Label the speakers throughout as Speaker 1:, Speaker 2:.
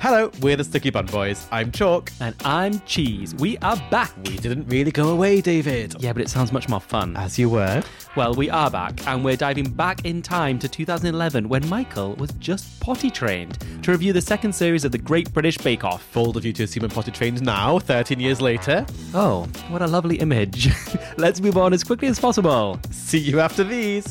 Speaker 1: Hello, we're the Sticky Bun Boys. I'm Chalk.
Speaker 2: And I'm Cheese. We Uh, are back.
Speaker 1: We didn't really go away, David.
Speaker 2: Yeah, but it sounds much more fun.
Speaker 1: As you were.
Speaker 2: Well, we are back, and we're diving back in time to 2011 when Michael was just potty trained to review the second series of the Great British Bake Off.
Speaker 1: Bold of you to assume I'm potty trained now, 13 years later.
Speaker 2: Oh, what a lovely image. Let's move on as quickly as possible.
Speaker 1: See you after these.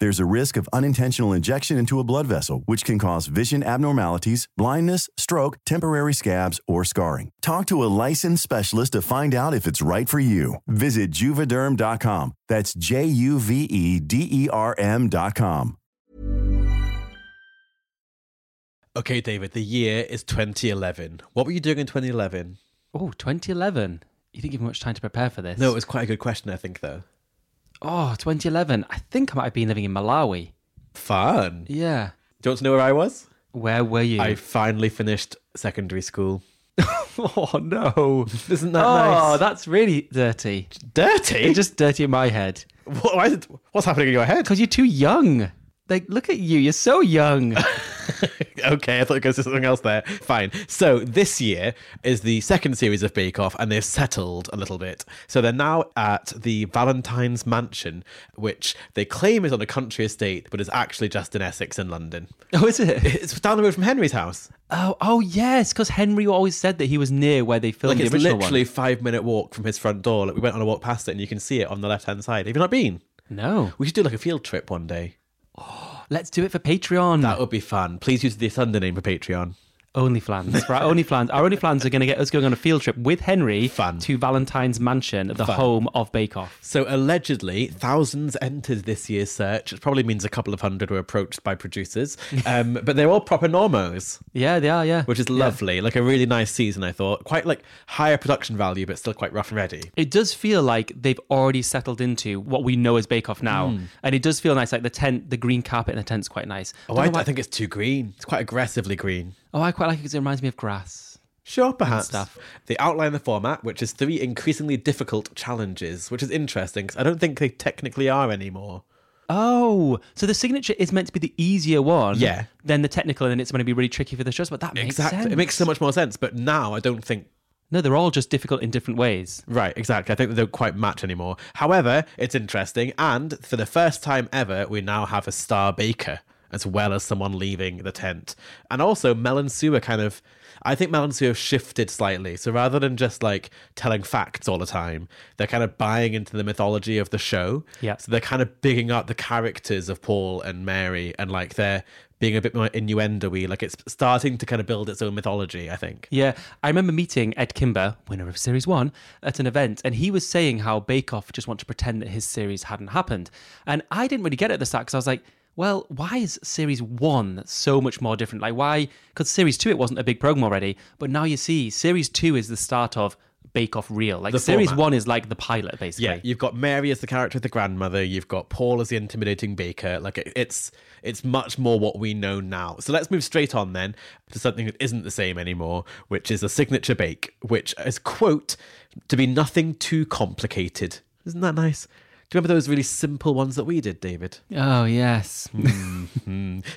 Speaker 3: There's a risk of unintentional injection into a blood vessel, which can cause vision abnormalities, blindness, stroke, temporary scabs, or scarring. Talk to a licensed specialist to find out if it's right for you. Visit juvederm.com. That's J U V E D E R M.com.
Speaker 1: Okay, David, the year is 2011. What were you doing in 2011?
Speaker 2: Oh, 2011. You didn't give me much time to prepare for this.
Speaker 1: No, it was quite a good question, I think, though.
Speaker 2: Oh, 2011. I think I might have been living in Malawi.
Speaker 1: Fun. Do
Speaker 2: Yeah.
Speaker 1: you want to know where I was?
Speaker 2: Where were you?
Speaker 1: I finally finished secondary school.
Speaker 2: Oh, no.
Speaker 1: Isn't that
Speaker 2: oh,
Speaker 1: nice?
Speaker 2: that's really dirty.
Speaker 1: Dirty?
Speaker 2: It's just dirty in my head.
Speaker 1: What- why is it- what's happening in your head?
Speaker 2: Because you're too young. Like, look at you. You're so young.
Speaker 1: okay, I thought it goes to something else there. Fine. So this year is the second series of Bake Off, and they've settled a little bit. So they're now at the Valentine's Mansion, which they claim is on a country estate, but is actually just in Essex in London.
Speaker 2: oh, is it?
Speaker 1: It's down the road from Henry's house.
Speaker 2: Oh, oh yes. Because Henry always said that he was near where they
Speaker 1: Like
Speaker 2: filmed the
Speaker 1: it's
Speaker 2: original
Speaker 1: literally five minute walk from his front door. Like we went on a walk past it, and you can see it on the left hand side. Have you not been?
Speaker 2: one. No.
Speaker 1: We should do like a field trip one day.
Speaker 2: Let's do it for Patreon.
Speaker 1: That would be fun. Please use the Thunder name for Patreon.
Speaker 2: Only flans. For our only flans. Our only flans are going to get us going on a field trip with Henry
Speaker 1: Fun.
Speaker 2: to Valentine's Mansion, the home of Bake Off.
Speaker 1: So allegedly, thousands entered this year's search. It probably means a couple of hundred were approached by producers, um, but they're all proper normos,
Speaker 2: Yeah, they are, yeah.
Speaker 1: which is lovely. Like a really nice season, I thought. Quite like higher production value, but still quite rough and ready.
Speaker 2: It does feel like they've already settled into what we know as Bake Off now.
Speaker 1: Hmm.
Speaker 2: And it does feel nice. Like the tent, the green carpet in the tent's quite nice.
Speaker 1: Oh, I, I think it's too green. It's quite aggressively green.
Speaker 2: Oh, I quite like it because it reminds me of grass.
Speaker 1: Sure, perhaps.
Speaker 2: stuff.
Speaker 1: They outline the format, which is three increasingly difficult challenges, which is interesting 'cause I don't think they technically are anymore.
Speaker 2: Oh, so the signature is meant to be the easier one.
Speaker 1: Yeah.
Speaker 2: Than the technical, and it's going to be really tricky for the shows. But that makes
Speaker 1: exactly.
Speaker 2: sense.
Speaker 1: It makes so much more sense, but now I don't think
Speaker 2: No, they're all just difficult in different ways.
Speaker 1: Right, exactly. I think they don't quite match anymore. However, it's interesting, and for the first time ever, we now have a star baker as well as someone leaving the tent, and also Mel and Sue are kind of. I think Mel and Sue have shifted slightly. So rather than just like telling facts all the time, they're kind of buying into the mythology of the show.
Speaker 2: Yeah.
Speaker 1: So they're kind of bigging up the characters of Paul and Mary, and like they're being a bit more innuendo-y. Like it's starting to kind of build its own mythology. I think.
Speaker 2: Yeah, I remember meeting Ed Kimber, winner of Series 1, at an event, and he was saying how Bake Off just want to pretend that his series hadn't happened. And I didn't really get it at the start because I was like, well, why is Series 1 so much more different? Like, why? Because Series 2, it wasn't a big program already, but now you see, Series 2 is the start of Bake Off Real. Like,
Speaker 1: The
Speaker 2: Series
Speaker 1: format.
Speaker 2: 1 is like the pilot, basically.
Speaker 1: Yeah, you've got Mary as the character of the grandmother. You've got Paul as the intimidating baker. Like it, it's it's much more what we know now. So let's move straight on then to something that isn't the same anymore, which is a signature bake, which is quote to be nothing too complicated. Isn't that nice? Do you remember those really simple ones that we did, David?
Speaker 2: Oh, yes.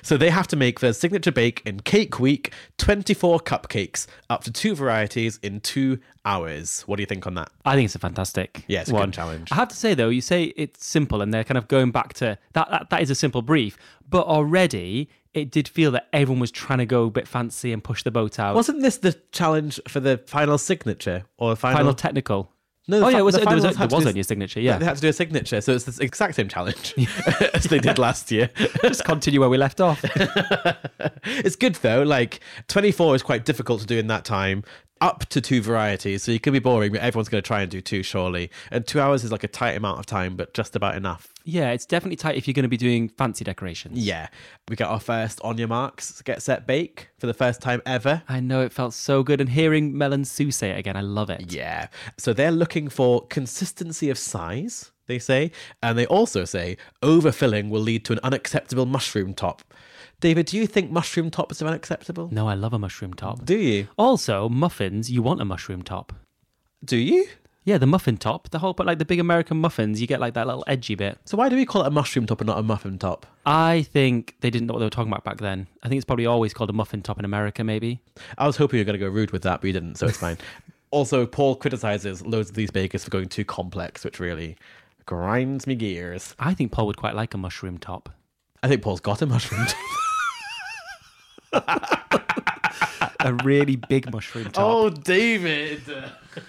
Speaker 1: So they have to make their signature bake in Cake Week 24 cupcakes, up to two varieties in two hours. What do you think on that?
Speaker 2: I think it's a fantastic
Speaker 1: Yeah, it's a good
Speaker 2: one.
Speaker 1: challenge.
Speaker 2: I have to say though, you say it's simple, and they're kind of going back to that. That, that is a simple brief, but already it did feel that everyone was trying to go a bit fancy and push the boat out.
Speaker 1: Wasn't this the challenge for the final signature or the final?
Speaker 2: final technical?
Speaker 1: No, the
Speaker 2: oh
Speaker 1: fi-
Speaker 2: yeah, it was,
Speaker 1: the
Speaker 2: there was,
Speaker 1: finals
Speaker 2: there
Speaker 1: had to
Speaker 2: was
Speaker 1: do-
Speaker 2: only a signature.
Speaker 1: They
Speaker 2: Yeah,
Speaker 1: had to do a signature, so it's the exact same challenge as they did last year.
Speaker 2: just continue where we left off.
Speaker 1: It's good though. Like 24 is quite difficult to do in that time. Up to two varieties, so you could be boring, but everyone's going to try and do two surely. And two hours is like a tight amount of time, but just about enough.
Speaker 2: yeah, it's definitely tight if you're going to be doing fancy decorations.
Speaker 1: Yeah, we got our first on your marks, get set, bake for the first time ever.
Speaker 2: I know it felt so good, and hearing Mel and Sue say it again, I love it.
Speaker 1: Yeah, so they're looking for consistency of size. They say, and they also say overfilling will lead to an unacceptable mushroom top. David, do you think mushroom tops are unacceptable?
Speaker 2: No, I love a mushroom top.
Speaker 1: Do you?
Speaker 2: Also, muffins, you want a mushroom top.
Speaker 1: Do you?
Speaker 2: Yeah, the muffin top, the whole but like the big American muffins, you get like that little edgy bit.
Speaker 1: So why do we call it a mushroom top and not a muffin top?
Speaker 2: I think they didn't know what they were talking about back then. I think it's probably always called a muffin top in America, maybe.
Speaker 1: I was hoping you were going to go rude with that, but you didn't, so it's fine. also, Paul criticizes loads of these bakers for going too complex, which really grinds me gears.
Speaker 2: I think Paul would quite like a mushroom top.
Speaker 1: I think Paul's got a mushroom top.
Speaker 2: A really big mushroom top.
Speaker 1: Oh, David.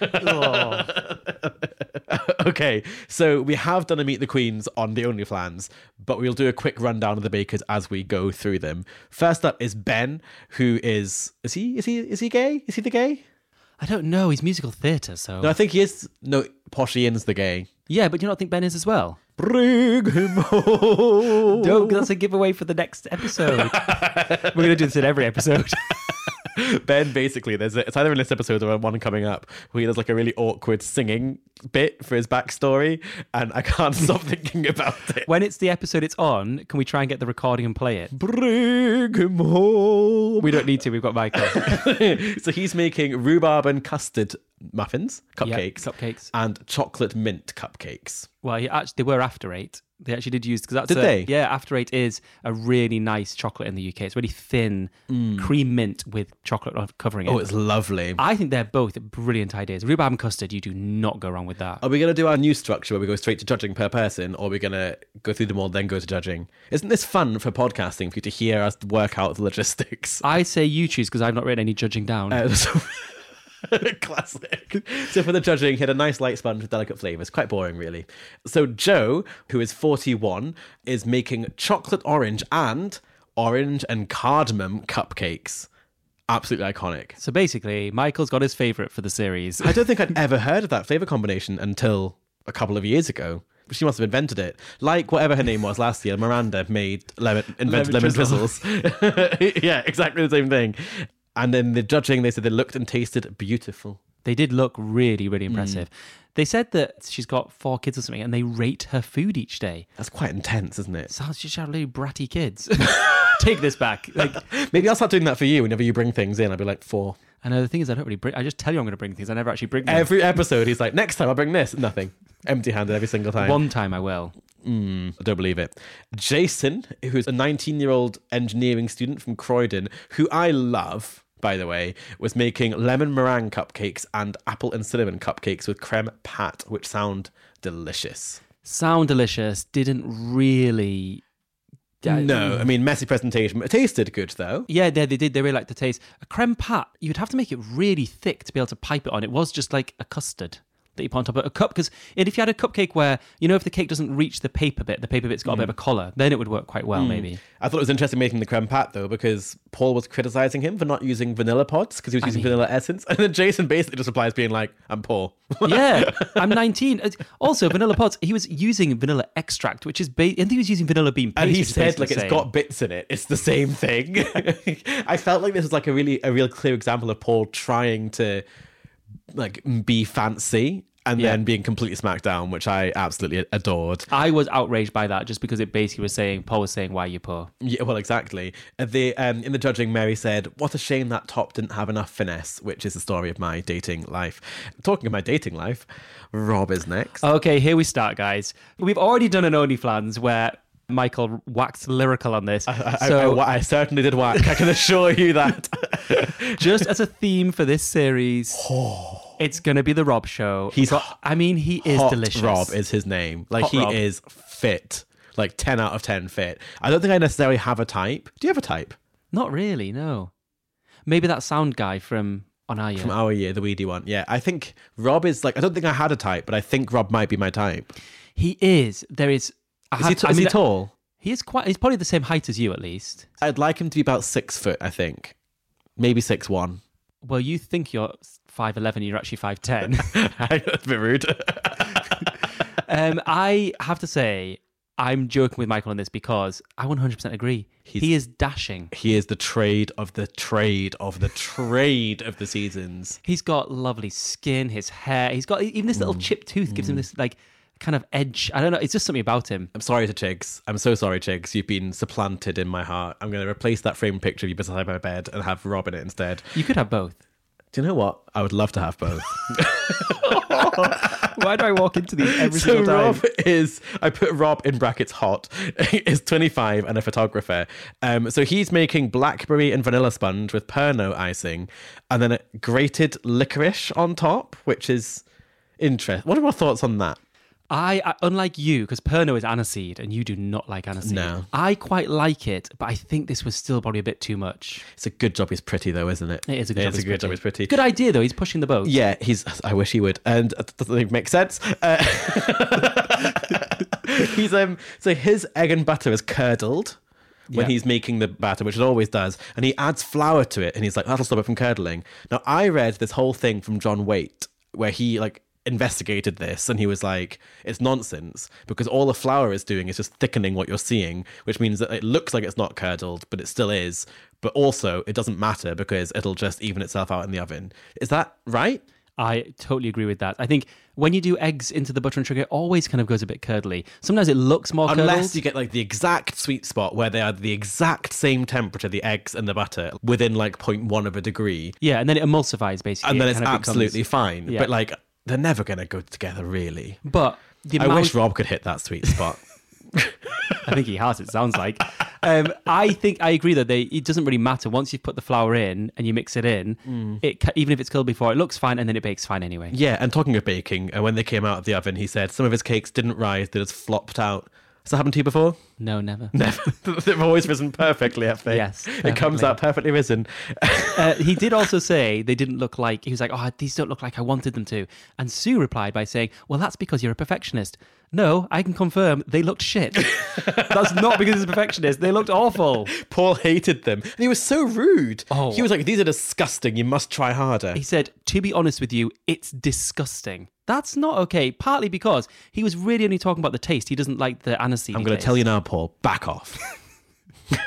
Speaker 1: okay, so we have done a Meet the Queens on the Only Plans, but we'll do a quick rundown of the Bakers as we go through them. First up is Ben, who is is he is he is he gay? Is he the gay?
Speaker 2: I don't know, he's musical theatre, so
Speaker 1: No, I think he is. No, Posh Ian's the gay.
Speaker 2: Yeah, but you not think Ben is as well?
Speaker 1: Bring him home.
Speaker 2: Don't that's a giveaway for the next episode. We're gonna do this in every episode.
Speaker 1: Ben basically there's a, it's either in this episode or one coming up where he does like a really awkward singing bit for his backstory, and I can't stop thinking about it.
Speaker 2: when it's the episode it's on, can we try and get the recording and play it?
Speaker 1: Bring him home.
Speaker 2: We don't need to, we've got Michael.
Speaker 1: so he's making rhubarb and custard muffins, cupcakes,
Speaker 2: cupcakes.
Speaker 1: and chocolate mint cupcakes.
Speaker 2: Well, he actually, they were after eight. They actually did use because that's
Speaker 1: Did
Speaker 2: a,
Speaker 1: they?
Speaker 2: Yeah, after eight is a really nice chocolate in the UK. It's really thin cream mint with chocolate on- covering it.
Speaker 1: Mm. Oh, it's lovely.
Speaker 2: I think they're both brilliant ideas. Rhubarb and custard, you do not go wrong with that.
Speaker 1: Are we going to do our new structure where we go straight to judging per person, or are we going to go through them all then go to judging? Isn't this fun for podcasting for you to hear us work out the logistics?
Speaker 2: I say you choose because I've not written any judging down.
Speaker 1: Uh, so- Classic. So for the judging, he had a nice light sponge with delicate flavours. Quite boring, really. So Joe, who is 41, is making chocolate orange and orange and cardamom cupcakes. Absolutely iconic.
Speaker 2: so basically, Michael's got his favourite for the series.
Speaker 1: I don't think I'd ever heard of that flavour combination until a couple of years ago. She must have invented it. Like whatever her name was last year, Miranda made lemon, invented lemon,
Speaker 2: Lemon
Speaker 1: drizzles. yeah, exactly the same thing. And then the judging, they said they looked and tasted beautiful.
Speaker 2: they did look really,
Speaker 1: Mm.
Speaker 2: really impressive. They said that she's got four kids or something, and they rate her food each day.
Speaker 1: That's quite intense, isn't it?
Speaker 2: Sounds just really bratty kids. Take this back. Like,
Speaker 1: Maybe I'll start doing that for you whenever you bring things in. I'll be like, four.
Speaker 2: I know uh, the thing is, I don't really bring. I just tell you I'm going to bring things. I never actually bring them.
Speaker 1: Every episode, he's like, next time I'll bring this. Nothing. Empty handed every single time.
Speaker 2: One time I will.
Speaker 1: I don't believe it. Jason, who's a 19 year old engineering student from Croydon, who I love, by the way, was making lemon meringue cupcakes and apple and cinnamon cupcakes with creme pat, which sound delicious.
Speaker 2: Sound delicious. Didn't really. Yeah,
Speaker 1: No, I mean, messy presentation. It tasted good, though.
Speaker 2: Yeah, they, they did. They really liked the taste. A creme pat, you'd have to make it really thick to be able to pipe it on. It was just like a custard that you put on top of a cup. Because if you had a cupcake where, you know, if the cake doesn't reach the paper bit, the paper bit's got a bit
Speaker 1: Mm.
Speaker 2: of a collar, then it would work quite well, maybe.
Speaker 1: I thought it was interesting making the creme pat though, because Paul was criticizing him for not using vanilla pods because he was using vanilla essence, and then Jason basically just replies being like, "I'm Paul."
Speaker 2: yeah, I'm 19. Uh, Also, vanilla pots. He was using vanilla extract, which is ba- I think he was using vanilla bean paste.
Speaker 1: And he
Speaker 2: which is
Speaker 1: said,
Speaker 2: basically
Speaker 1: like,
Speaker 2: the
Speaker 1: it's
Speaker 2: same.
Speaker 1: got bits in it. It's the same thing. I felt like this was like a really, a real clear example of Paul trying to, like, m- be fancy and
Speaker 2: Yeah.
Speaker 1: then being completely smacked down, which I absolutely adored.
Speaker 2: I was outraged by that just because it basically was saying Paul was saying why you're poor.
Speaker 1: Yeah, well, exactly. Uh, The um, in the judging, Mary said, "What a shame that top didn't have enough finesse," which is the story of my dating life. Talking of my dating life, Rob is next.
Speaker 2: Okay, here we start, guys. We've already done an OnlyFans where Michael waxed lyrical on this.
Speaker 1: I-
Speaker 2: so
Speaker 1: I, I certainly did whack. I can assure you that.
Speaker 2: just as a theme for this series, it's gonna be the Rob Show.
Speaker 1: He's
Speaker 2: Ro-
Speaker 1: hot-
Speaker 2: I mean, he is
Speaker 1: Hot
Speaker 2: delicious.
Speaker 1: Rob is his name. Like
Speaker 2: Hot
Speaker 1: he
Speaker 2: Rob.
Speaker 1: is fit. Like ten out of ten fit. I don't think I necessarily have a type. Do you have a type
Speaker 2: not really no. Maybe that sound guy from on our year.
Speaker 1: from our year, the weedy one? Oh, Yeah, I think Rob is like. I don't think I had a type, but I think Rob might be my type.
Speaker 2: he is. There is. I
Speaker 1: Is he,
Speaker 2: have to-
Speaker 1: t-
Speaker 2: I
Speaker 1: is he
Speaker 2: mean,
Speaker 1: tall?
Speaker 2: He is quite. He's probably the same height as you, at least.
Speaker 1: I'd like him to be about six foot. I think maybe six one.
Speaker 2: Well, you think you're five eleven, you're actually five ten.
Speaker 1: That's a bit rude.
Speaker 2: um, I have to say, I'm joking with Michael on this because I 100% agree. he is dashing.
Speaker 1: he is the trade of the trade of the trade of the seasons.
Speaker 2: He's got lovely skin, his hair. He's got e-, even this little
Speaker 1: Mm.
Speaker 2: chipped tooth gives him this like kind of edge. I don't know. It's just something about him.
Speaker 1: I'm sorry to Chigs. I'm so sorry, Chigs. You've been supplanted in my heart. I'm going to replace that framed picture of you beside my bed and have Rob in it instead.
Speaker 2: You could have both.
Speaker 1: Do you know what? I would love to have both.
Speaker 2: Why do I walk into these every
Speaker 1: so
Speaker 2: single time?
Speaker 1: Rob is I put Rob in brackets hot is 25 and a photographer. Um, so he's making blackberry and vanilla sponge with perno icing, and then a grated licorice on top, which is interesting. What are our thoughts on that?
Speaker 2: I, I unlike you because Perno is aniseed and you do not like aniseed.
Speaker 1: No.
Speaker 2: I quite like it, but I think this was still probably a bit too much.
Speaker 1: It's a good job. He's pretty though, isn't it?
Speaker 2: It is a good,
Speaker 1: Yeah,
Speaker 2: job,
Speaker 1: It's
Speaker 2: he's
Speaker 1: a good job. He's pretty.
Speaker 2: Good idea though. He's pushing the boat.
Speaker 1: Yeah, he's. I wish he would, and it doesn't make sense. Uh, he's um. So his egg and butter is curdled when
Speaker 2: Yeah.
Speaker 1: he's making the batter, which it always does, and he adds flour to it, and he's like, "Oh, "That'll stop it from curdling." Now I read this whole thing from John Waite where he like investigated this and he was like it's nonsense because all the flour is doing is just thickening what you're seeing which means that it looks like it's not curdled but it still is but also it doesn't matter because it'll just even itself out in the oven is that right
Speaker 2: I totally agree with that. I think when you do eggs into the butter and sugar, it always kind of goes a bit curdly. Sometimes it looks more
Speaker 1: Unless
Speaker 2: curdled.
Speaker 1: you get like the exact sweet spot where they are the exact same temperature, the eggs and the butter, within like 0.1 of a degree,
Speaker 2: yeah, and then it emulsifies basically.
Speaker 1: and
Speaker 2: It
Speaker 1: then it's
Speaker 2: kind of becomes-
Speaker 1: absolutely fine.
Speaker 2: Yeah.
Speaker 1: But like, they're never going to go together, really.
Speaker 2: But the
Speaker 1: I
Speaker 2: amount,
Speaker 1: wish Rob could hit that sweet spot.
Speaker 2: I think he has. It sounds like. Um, I think I agree that they. It doesn't really matter once you've put the flour in and you mix it in. It ca- even if it's curled before, it looks fine, and then it bakes fine anyway.
Speaker 1: Mm. yeah, and talking of baking, and when they came out of the oven, he said some of his cakes didn't rise, they just flopped out. Has that happened to you before?
Speaker 2: No, never.
Speaker 1: Never. They've always risen perfectly, have they?
Speaker 2: Yes,
Speaker 1: It comes
Speaker 2: perfectly.
Speaker 1: out perfectly risen.
Speaker 2: Uh, he did also say they didn't look like he was like, oh, these don't look like I wanted them to. And Sue replied by saying, well, that's because you're a perfectionist. No, I can confirm they looked shit. that's not because he's a perfectionist. They looked awful.
Speaker 1: Paul hated them. And he was so rude.
Speaker 2: Oh.
Speaker 1: He was like, These are disgusting. You must try harder.
Speaker 2: He said, to be honest with you, it's disgusting. That's not okay. Partly because he was really only talking about the taste. He doesn't like the aniseed.
Speaker 1: I'm going to tell you now, Paul. Back off.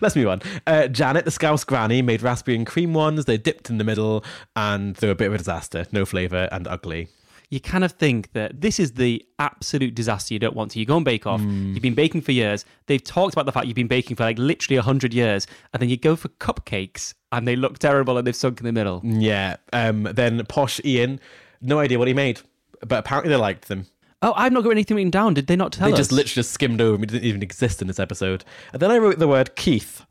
Speaker 1: Let's move on. Uh, Janet, the Scouse granny, made raspberry and cream ones. They dipped in the middle, and they were a bit of a disaster. No flavour and ugly.
Speaker 2: you kind of think that this is the absolute disaster you don't want to. You go on Bake Off,
Speaker 1: Hmm.
Speaker 2: you've been baking for years. They've talked about the fact you've been baking for like literally 100 years. And then you go for cupcakes and they look terrible and they've sunk in the middle.
Speaker 1: Yeah. Um, then posh Ian, no idea what he made, but apparently they liked them.
Speaker 2: Oh, I've not got anything written down. Did they not tell
Speaker 1: They
Speaker 2: us?
Speaker 1: just literally just skimmed over him. He didn't even exist in this episode. And then I wrote the word Keith.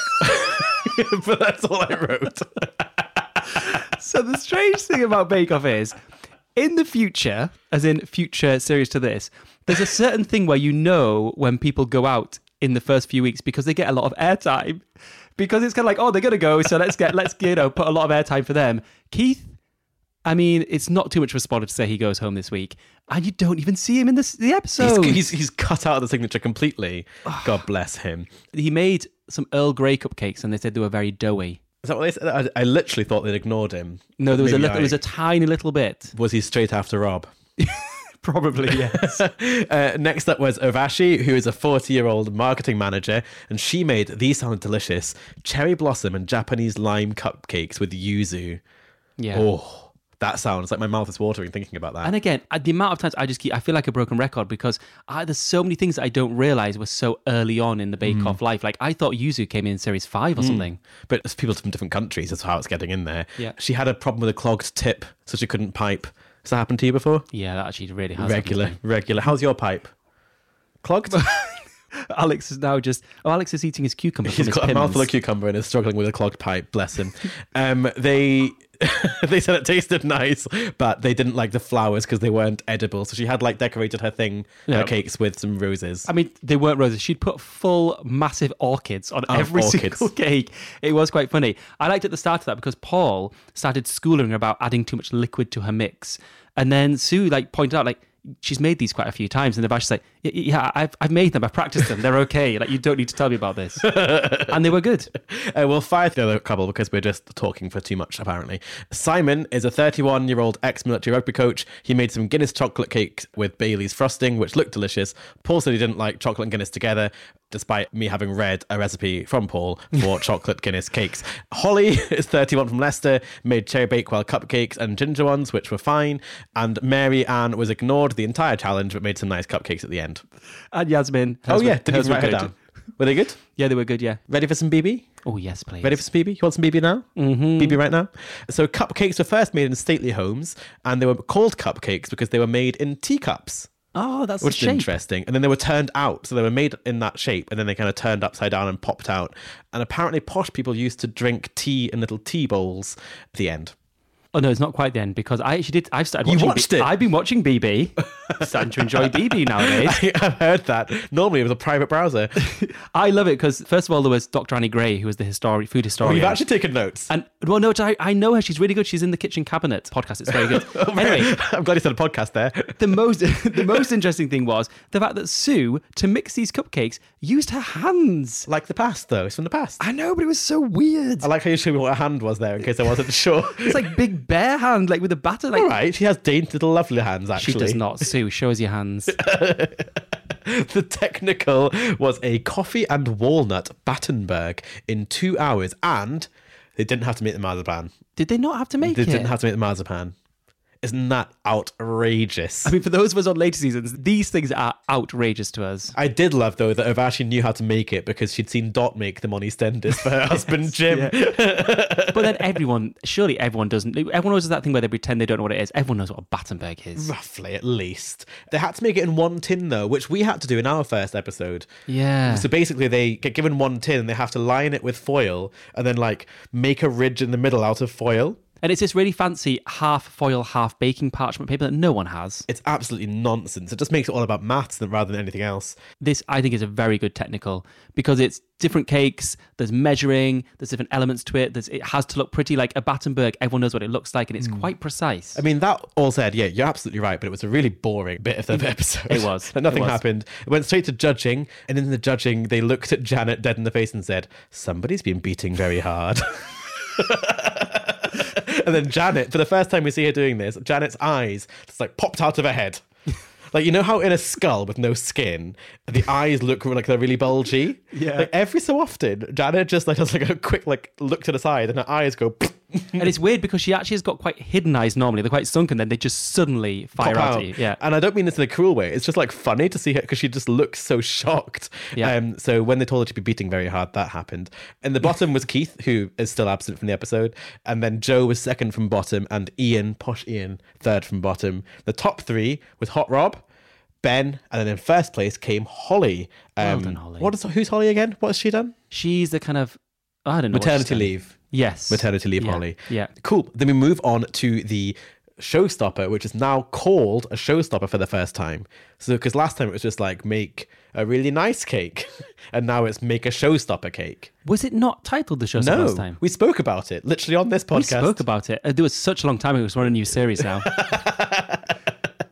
Speaker 1: but that's all I wrote.
Speaker 2: So the strange thing about Bake Off is, in the future, as in future series to this, there's a certain thing where you know when people go out in the first few weeks because they get a lot of airtime. Because it's kind of like, oh, they're gonna go, so let's get let's you know put a lot of airtime for them. Keith, I mean, it's not too much of a spoiler to say he goes home this week, and you don't even see him in this, the episode.
Speaker 1: He's, he's, he's cut out of the signature completely. God bless him.
Speaker 2: he made some Earl Grey cupcakes, and they said they were very doughy.
Speaker 1: Is that what they said? I, I literally thought they'd ignored him.
Speaker 2: No, there was
Speaker 1: Maybe
Speaker 2: a little, there was
Speaker 1: I-
Speaker 2: a tiny little bit.
Speaker 1: Was he straight after Rob?
Speaker 2: Probably yes.
Speaker 1: Uh, next up was Ovashi, who is a 40 year old marketing manager, and she made these sound delicious cherry blossom and Japanese lime cupcakes with yuzu.
Speaker 2: Yeah.
Speaker 1: Oh, That sounds like my mouth is watering thinking about that.
Speaker 2: And again, uh, the amount of times I just keep, I feel like a broken record because I, there's so many things that I don't realize were so early on in the
Speaker 1: Hmm.
Speaker 2: Bake Off life. Like I thought Yuzu came in series five or something.
Speaker 1: but it's people from different countries. That's how it's getting in there.
Speaker 2: Yeah.
Speaker 1: She had a problem with a clogged tip, so she couldn't pipe. Has that happened to you before?
Speaker 2: Yeah, that actually really has. happened to
Speaker 1: regular,
Speaker 2: me.
Speaker 1: regular. How's your pipe? Clogged.
Speaker 2: Alex is now just, oh, Alex is eating his cucumber.
Speaker 1: He's
Speaker 2: from his
Speaker 1: got a
Speaker 2: pins.
Speaker 1: mouthful of cucumber and is struggling with a clogged pipe. Bless him. Um, they they said it tasted nice, but they didn't like the flowers because they weren't edible. So she had like decorated her thing,
Speaker 2: Yeah.
Speaker 1: her cakes with some roses.
Speaker 2: I mean, they weren't roses. She'd put full, massive orchids on
Speaker 1: Oh,
Speaker 2: every
Speaker 1: orchids.
Speaker 2: single cake. It was quite funny. I liked at the start of that because Paul started schooling her about adding too much liquid to her mix, and then Sue like pointed out like she's made these quite a few times, and the bash like, "Y- yeah, I've I've made them. I've practiced them. They're okay. Like you don't need to tell me about this, and they were good.
Speaker 1: Uh, we'll fire the other couple because we're just talking for too much, apparently. Simon is a 31 year old ex military rugby coach. He made some Guinness chocolate cakes with Bailey's frosting, which looked delicious. Paul said he didn't like chocolate and Guinness together, despite me having read a recipe from Paul for chocolate Guinness cakes. Holly is 31 from Leicester, made cherry bakewell cupcakes and ginger ones, which were fine. And Mary Ann was ignored the entire challenge, but made some nice cupcakes at the end.
Speaker 2: And Yasmin,
Speaker 1: Oh,
Speaker 2: hers were-
Speaker 1: yeah, didn't
Speaker 2: hers
Speaker 1: even
Speaker 2: were
Speaker 1: write her
Speaker 2: good.
Speaker 1: down. Were they good?
Speaker 2: Yeah, they were good. Yeah.
Speaker 1: Ready for some BB?
Speaker 2: Oh yes, please.
Speaker 1: Ready for some BB? You want some BB now? Mm-hmm. BB right now? So, cupcakes were first made in stately homes, and they were called cupcakes because they were made in teacups,
Speaker 2: oh, that's
Speaker 1: which
Speaker 2: the
Speaker 1: is
Speaker 2: shape.
Speaker 1: interesting. And then they were turned out. So, they were made in that shape, and then they kind of turned upside down and popped out. And apparently, posh people used to drink tea in little tea bowls at the end.
Speaker 2: Oh no, it's not quite then because I actually did. I've started.
Speaker 1: You
Speaker 2: Watching
Speaker 1: watched
Speaker 2: B-
Speaker 1: it?
Speaker 2: I've been watching BB. starting to enjoy BB nowadays.
Speaker 1: I've heard that. Normally, it was a private browser.
Speaker 2: I love it because first of all there was Dr. Annie Gray, who was the histori- food historian.
Speaker 1: We've Oh, actually taken notes.
Speaker 2: and well, no, I, I know her. She's really good. She's in the kitchen cabinet podcast. It's very good. anyway,
Speaker 1: I'm glad you said a podcast there.
Speaker 2: the most the most interesting thing was the fact that Sue to mix these cupcakes used her hands.
Speaker 1: Like the past, though. It's from the past.
Speaker 2: I know, but it was so weird.
Speaker 1: I like how you showed me what a hand was there in case I wasn't sure.
Speaker 2: It's like big bear hand, like with a batter. Like
Speaker 1: All right, she has dainty little lovely hands.
Speaker 2: she
Speaker 1: Actually,
Speaker 2: does not. Sue, show us your hands.
Speaker 1: The technical was a coffee and walnut Battenberg in two hours, and they didn't have to make the marzipan.
Speaker 2: Did they not have to make
Speaker 1: They
Speaker 2: it?
Speaker 1: didn't have to make the marzipan. Isn't that outrageous?
Speaker 2: I mean, for those of us on later seasons, these things are outrageous to us.
Speaker 1: I did love though that Ovashi knew how to make it because she'd seen Dot make them on EastEnders for her husband Jim.
Speaker 2: But then everyone, surely everyone doesn't. Everyone knows that thing where they pretend they don't know what it is. Everyone knows what a Battenberg is.
Speaker 1: Roughly, at least. They had to make it in one tin though, which we had to do in our first episode.
Speaker 2: Yeah.
Speaker 1: So basically, they get given one tin and they have to line it with foil and then like make a ridge in the middle out of foil.
Speaker 2: And it's this really fancy half foil, half baking parchment paper that no one has.
Speaker 1: It's absolutely nonsense. It just makes it all about maths than- rather than anything else.
Speaker 2: This, I think, is a very good technical because it's different cakes, there's measuring, there's different elements to it, there's, it has to look pretty. Like a Battenberg, everyone knows what it looks like and it's quite precise.
Speaker 1: I mean, that all said, yeah, you're absolutely right, but it was a really boring bit of the episode.
Speaker 2: Mm-hmm. It was.
Speaker 1: Like, nothing
Speaker 2: It was.
Speaker 1: happened. It went straight to judging, and in the judging, they looked at Janet dead in the face and said, Somebody's been beating very hard. and then Janet, for the first time we see her doing this, Janet's eyes just like popped out of her head. Like you know how in a skull with no skin, the eyes look like they're really bulgy. Yeah. Like every so often, Janet just like does like a quick like look to the side, and her eyes go.
Speaker 2: and it's weird because she actually has got quite hidden eyes normally. They're quite sunken, then they just suddenly fire
Speaker 1: pop
Speaker 2: out,
Speaker 1: out.
Speaker 2: at you. Yeah.
Speaker 1: And I don't mean this in a cruel way. It's just like funny to see her because she just looks so shocked.
Speaker 2: Yeah.
Speaker 1: Um, so when they told her she'd be beating very hard, that happened. And the bottom was Keith, who is still absent from the episode. And then Joe was second from bottom, and Ian, posh Ian, third from bottom. The top three was Hot Rob. Ben, and then in first place came Holly. Um,
Speaker 2: done, Holly.
Speaker 1: What is, who's Holly again? What has she done?
Speaker 2: She's the kind of, I don't know. what she's
Speaker 1: Maternity
Speaker 2: done.
Speaker 1: leave.
Speaker 2: Yes.
Speaker 1: Maternity leave,
Speaker 2: Yeah.
Speaker 1: Holly.
Speaker 2: Yeah.
Speaker 1: Cool. Then we move on to the showstopper, which is now called a showstopper for the first time. So, because last time it was just like make a really nice cake, and now it's make a showstopper cake.
Speaker 2: Was it not titled the show
Speaker 1: No,
Speaker 2: last time?
Speaker 1: we spoke about it literally on this podcast.
Speaker 2: We spoke about it. Uh, There was such a long time ago. It's on a new series now.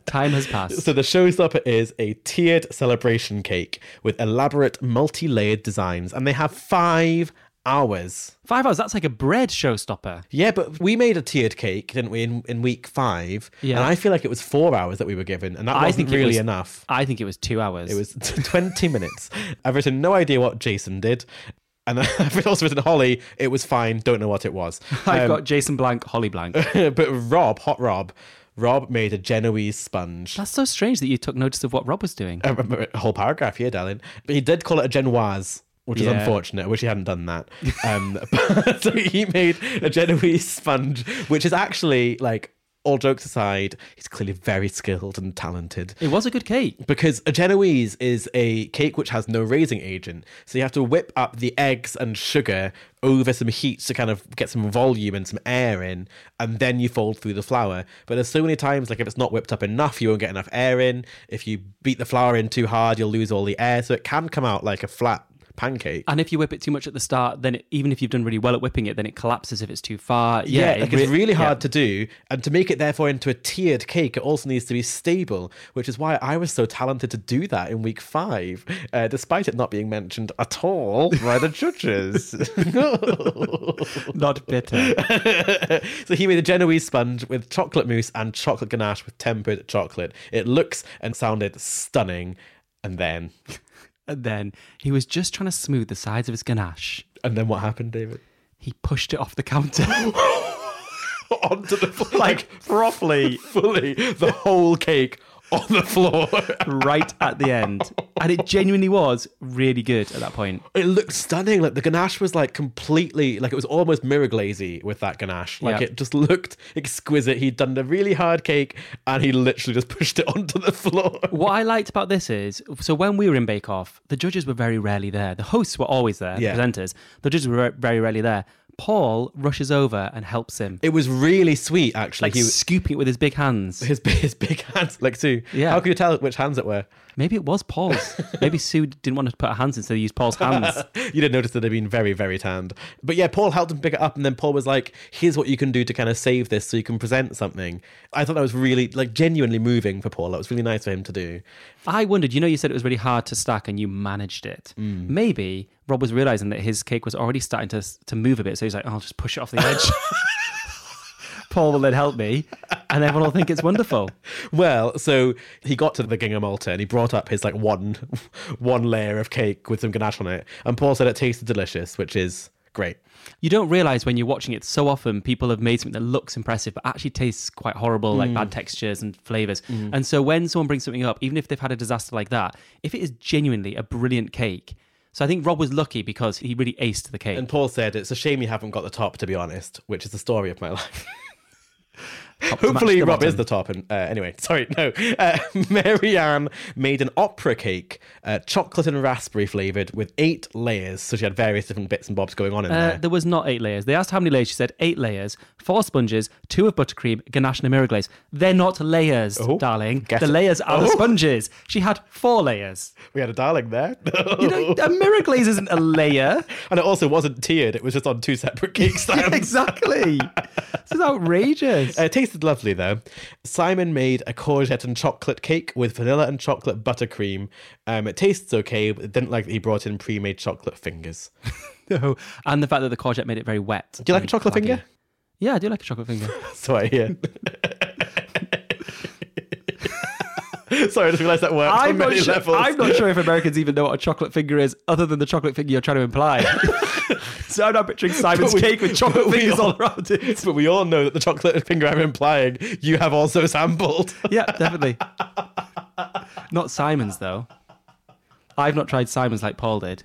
Speaker 2: time has passed.
Speaker 1: So the showstopper is a tiered celebration cake with elaborate multi-layered designs, and they have five hours.
Speaker 2: Five hours. That's like a bread showstopper.
Speaker 1: Yeah, but we made a tiered cake, didn't we, in, in week five?
Speaker 2: Yeah.
Speaker 1: And I feel like it was four hours that we were given, and that
Speaker 2: I
Speaker 1: wasn't
Speaker 2: think it
Speaker 1: really
Speaker 2: was-
Speaker 1: enough.
Speaker 2: I think it was two hours.
Speaker 1: It was 20 minutes. I've written no idea what Jason did. And if it also written Holly, it was fine. Don't know what it was.
Speaker 2: I've
Speaker 1: um,
Speaker 2: got Jason Blank, Holly Blank.
Speaker 1: but Rob, hot Rob, Rob made a Genoese sponge.
Speaker 2: That's so strange that you took notice of what Rob was doing.
Speaker 1: I remember a whole paragraph here, darling. But he did call it a Genoise, which is
Speaker 2: Yeah.
Speaker 1: unfortunate. I wish he hadn't done that. Um, but- so he made a Genoese sponge, which is actually like. All jokes aside, he's clearly very skilled and talented
Speaker 2: It was a good cake.
Speaker 1: because a Genoese is a cake which has no raising agent. So you have to whip up the eggs and sugar over some heat to kind of get some volume and some air in, and then you fold through the flour. But there's so many times, like if it's not whipped up enough, you won't get enough air in. If you beat the flour in too hard, you'll lose all the air. So it can come out like a flat pancake.
Speaker 2: And if you whip it too much at the start, then it, even if you've done really well at whipping it, then it collapses if it's too far.
Speaker 1: Yeah,
Speaker 2: Yeah,
Speaker 1: like it's really hard to do. And to make it, therefore, into a tiered cake, it also needs to be stable, which is why I was so talented to do that in week five, uh, despite it not being mentioned at all by the judges.
Speaker 2: to not bitter.
Speaker 1: so he made a Genoese sponge with chocolate mousse and chocolate ganache with tempered chocolate. It looks and sounded stunning. And then,
Speaker 2: and then he was just trying to smooth the sides of his ganache.
Speaker 1: and then what happened, David?
Speaker 2: He pushed it off the counter.
Speaker 1: Onto the floor, like properly, fully, the whole cake on the floor.
Speaker 2: Right at the end. And it genuinely was really good at that point.
Speaker 1: it looked stunning. Like the ganache was like completely, like it was almost mirror glazy with that ganache. Like
Speaker 2: Yeah.
Speaker 1: it just looked exquisite. He'd done a really hard cake and he literally just pushed it onto the floor.
Speaker 2: What I liked about this is so when we were in Bake Off, the judges were very rarely there. The hosts were always there,
Speaker 1: Yeah.
Speaker 2: the presenters. The judges were very rarely there. Paul rushes over and helps him,
Speaker 1: It was really sweet, actually.
Speaker 2: like
Speaker 1: he,
Speaker 2: scooping it with his big hands.
Speaker 1: his his big hands, like too.
Speaker 2: Yeah.
Speaker 1: How could you tell which hands it were?
Speaker 2: Maybe it was Paul's. Maybe Sue didn't want to put her hands in, so they used Paul's hands.
Speaker 1: you didn't notice that they'd been very, very tanned. But yeah, Paul helped him pick it up, and then Paul was like, "Here's what you can do to kind of save this, so you can present something." I thought that was really, like, genuinely moving for Paul. That was really nice for him to do.
Speaker 2: I wondered, you know, you said it was really hard to stack and you managed it.
Speaker 1: Mm.
Speaker 2: Maybe Rob was realizing that his cake was already starting to, to move a bit. So he's like, "Oh, I'll just push it off the edge. Paul will then help me. And everyone will think it's wonderful.
Speaker 1: Well, so he got to the gingham altar and he brought up his like one one layer of cake with some ganache on it. And Paul said it tasted delicious, which is great.
Speaker 2: You don't realize when you're watching it so often, people have made something that looks impressive, but actually tastes quite horrible, like
Speaker 1: Mm.
Speaker 2: bad textures and flavors. And so when someone brings something up, even if they've had a disaster like that, if it is genuinely a brilliant cake, so I think Rob was lucky because he really aced the cake.
Speaker 1: And Paul said, It's a shame you haven't got the top, to be honest, which is the story of my life.
Speaker 2: Top to match
Speaker 1: Hopefully,
Speaker 2: the
Speaker 1: Rob is
Speaker 2: bottom.
Speaker 1: the top. And uh, anyway, sorry, no. Uh, Mary Ann made an opera cake, uh, chocolate and raspberry flavored, with eight layers. So she had various different bits and bobs going on in
Speaker 2: Uh,
Speaker 1: there.
Speaker 2: there was not eight layers. They asked how many layers. She said eight layers, four sponges, two of buttercream, ganache, and a mirror glaze. They're not layers, darling.
Speaker 1: get
Speaker 2: The
Speaker 1: Oh, it.
Speaker 2: layers are the
Speaker 1: Oh.
Speaker 2: sponges. She had four layers.
Speaker 1: We had a darling there.
Speaker 2: You know, a mirror glaze isn't a layer.
Speaker 1: and it also wasn't tiered, it was just on two separate cake stands.
Speaker 2: exactly. This is outrageous.
Speaker 1: Uh, It tasted lovely though. Simon made a courgette and chocolate cake with vanilla and chocolate buttercream. Um, it tastes okay, but didn't like that he brought in pre-made chocolate fingers.
Speaker 2: no. And the fact that the courgette made it very wet.
Speaker 1: Do you like a
Speaker 2: very
Speaker 1: chocolate
Speaker 2: claggy.
Speaker 1: finger?
Speaker 2: Yeah, I do like a chocolate finger.
Speaker 1: So I hear. Sorry, I just realised that works on many
Speaker 2: sure,
Speaker 1: levels.
Speaker 2: I'm not sure if Americans even know what a chocolate finger is, other than the chocolate finger you're trying to imply. so I'm not picturing Simon's
Speaker 1: we-
Speaker 2: cake with chocolate
Speaker 1: but we
Speaker 2: fingers
Speaker 1: all-
Speaker 2: all around it.
Speaker 1: But we all know that the chocolate finger I'm implying you have also sampled.
Speaker 2: Yeah, definitely. not Simon's though. I've not tried Simon's like Paul did.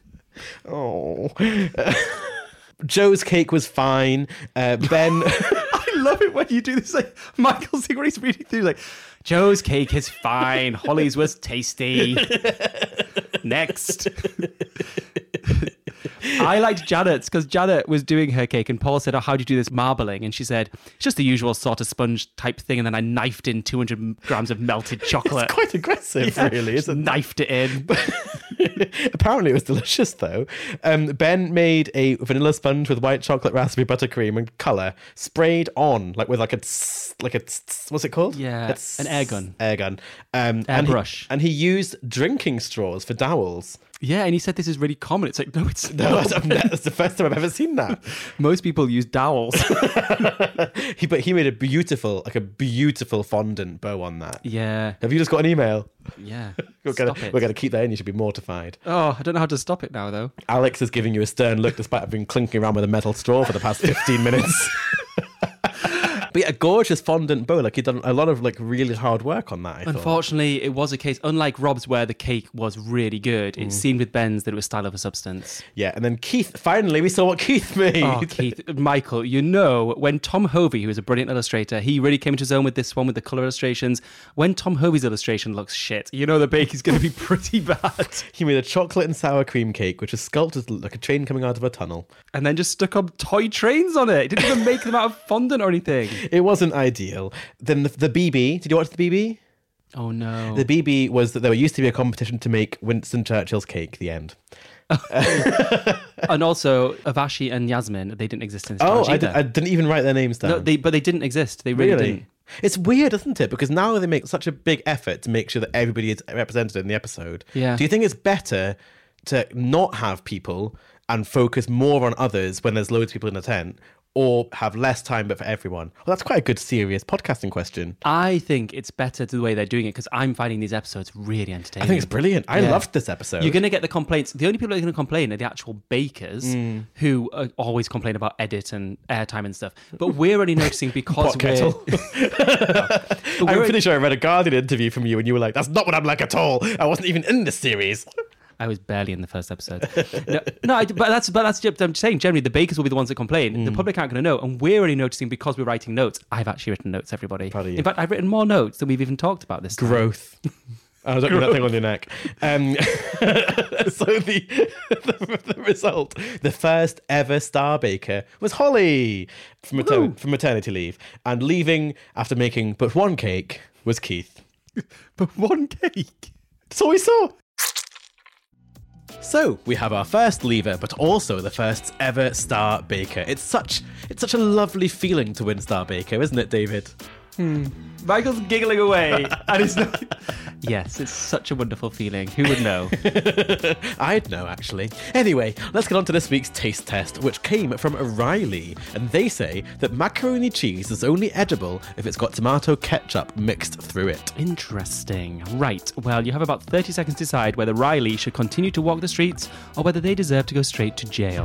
Speaker 1: Oh. Joe's cake was fine. Uh, ben.
Speaker 2: I love it when you do this. Like Michael's thing where he's reading through, like Joe's cake is fine. Holly's was tasty. Next. I liked Janet's because Janet was doing her cake and Paul said, Oh, how do you do this marbling? And she said, It's just the usual sort of sponge type thing. And then I knifed in 200 grams of melted chocolate.
Speaker 1: Quite aggressive, really,
Speaker 2: Just
Speaker 1: isn't it?
Speaker 2: knifed it in.
Speaker 1: Apparently, it was delicious though. Um, ben made a vanilla sponge with white chocolate, raspberry buttercream, and color sprayed on like with like a tss, like a tss, what's it called?
Speaker 2: Yeah,
Speaker 1: A tss-
Speaker 2: an air gun.
Speaker 1: Air gun. Um, and he-
Speaker 2: Airbrush.
Speaker 1: And he, used drinking straws for dowels.
Speaker 2: Yeah, and he said this is really common. It's like, no, it's
Speaker 1: No,
Speaker 2: not.
Speaker 1: that's, I've ne- that's the first time I've ever seen that.
Speaker 2: Most people use dowels.
Speaker 1: He, but he made a beautiful, like a beautiful fondant bow on that.
Speaker 2: yeah,
Speaker 1: Have you just got an email?
Speaker 2: yeah.
Speaker 1: We're
Speaker 2: stop
Speaker 1: gonna,
Speaker 2: it.
Speaker 1: we're gonna keep that in. You should be mortified.
Speaker 2: Oh, I don't know how to stop it now, though.
Speaker 1: Alex is giving you a stern look, despite having clinking around with a metal straw for the past fifteen minutes. but yeah, a gorgeous fondant bow. Like he'd done a lot of like really hard work on that. I thought.
Speaker 2: Unfortunately, it was a case, unlike Rob's, where the cake was really good. It seemed with Ben's that it was style over substance.
Speaker 1: Yeah, and then Keith. Finally, we saw what Keith made.
Speaker 2: Oh, Keith, Michael, you know, when Tom Hovey, who is a brilliant illustrator, he really came into his own with this one with the color illustrations. When Tom Hovey's illustration looks shit, you know the bake is going to be pretty bad.
Speaker 1: He made a chocolate and sour cream cake, which was sculpted like a train coming out of a tunnel.
Speaker 2: And then just stuck up toy trains on it. He didn't even make them out of fondant or anything.
Speaker 1: It wasn't ideal. Then the, the BB. Did you watch the BB?
Speaker 2: Oh, no.
Speaker 1: The BB was that there used to be a competition to make Winston Churchill's cake. The end.
Speaker 2: and also, Avashi and Yasmin, they didn't exist in this
Speaker 1: Oh,
Speaker 2: challenge
Speaker 1: I,
Speaker 2: either.
Speaker 1: did, I didn't even write their names down.
Speaker 2: no, they, but they didn't exist. They really, didn't.
Speaker 1: It's weird, isn't it? Because now they make such a big effort to make sure that everybody is represented in the episode.
Speaker 2: Yeah.
Speaker 1: Do you think it's better to not have people and focus more on others when there's loads of people in a tent, or have less time but for everyone? Well, that's quite a good serious podcasting question.
Speaker 2: I think it's better to the way they're doing it because I'm finding these episodes really entertaining.
Speaker 1: I think it's brilliant. I
Speaker 2: Mm. Yeah.
Speaker 1: loved this episode.
Speaker 2: You're going to get the complaints. The only people that are going to complain are the actual bakers
Speaker 1: Hmm.
Speaker 2: who uh, always complain about edit and airtime and stuff. But we're only noticing because
Speaker 1: Pot
Speaker 2: we're.
Speaker 1: kettle.
Speaker 2: but
Speaker 1: I'm
Speaker 2: we're-
Speaker 1: pretty sure I read a Guardian interview from you, and you were like, "That's not what I'm like at all. I wasn't even in this series."
Speaker 2: I was barely in the first episode. No, no I, but that's but that's just, I'm saying generally the bakers will be the ones that complain.
Speaker 1: Hmm.
Speaker 2: The public aren't going to know, and we're only noticing because we're writing notes. I've actually written notes, everybody.
Speaker 1: of you.
Speaker 2: In fact, I've written more notes than we've even talked about this. time.
Speaker 1: growth. I don't mean that thing on your neck. Um, so the, the the result, the first ever star baker was Holly from, mater- from maternity leave, and leaving after making but one cake was Keith.
Speaker 2: But one cake.
Speaker 1: That's all we saw. So we have our first lever, but also the first ever star baker. It's such it's such a lovely feeling to win star baker, isn't it, David?
Speaker 2: Michael's giggling away, and it's like, yes, it's such a wonderful feeling. Who would know?
Speaker 1: I'd know, actually. Anyway, let's get on to this week's taste test, which came from Riley, and they say that macaroni cheese is only edible if it's got tomato ketchup mixed through it.
Speaker 2: Interesting. Right. Well, you have about 30 seconds to decide whether Riley should continue to walk the streets or whether they deserve to go straight to jail.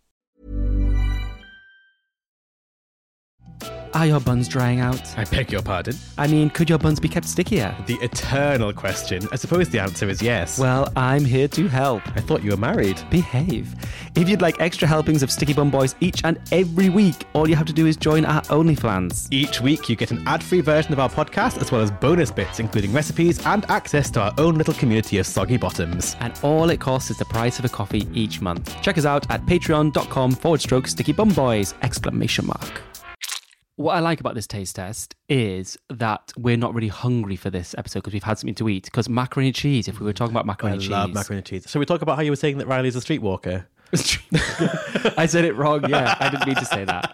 Speaker 2: Are your buns drying out?
Speaker 1: I beg your pardon.
Speaker 2: I mean, could your buns be kept stickier?
Speaker 1: The eternal question. I suppose the answer is yes.
Speaker 2: Well, I'm here to help.
Speaker 1: I thought you were married.
Speaker 2: Behave. If you'd like extra helpings of Sticky Bun Boys each and every week, all you have to do is join our OnlyFans.
Speaker 1: Each week, you get an ad free version of our podcast, as well as bonus bits, including recipes and access to our own little community of soggy bottoms.
Speaker 2: And all it costs is the price of a coffee each month. Check us out at patreon.com forward stroke sticky bum boys! Exclamation mark. What I like about this taste test is that we're not really hungry for this episode because we've had something to eat. Because macaroni and cheese, if we were talking about macaroni
Speaker 1: I
Speaker 2: and
Speaker 1: love
Speaker 2: cheese.
Speaker 1: macaroni and cheese. Shall we talk about how you were saying that Riley's a streetwalker?
Speaker 2: I said it wrong. Yeah, I didn't mean to say that.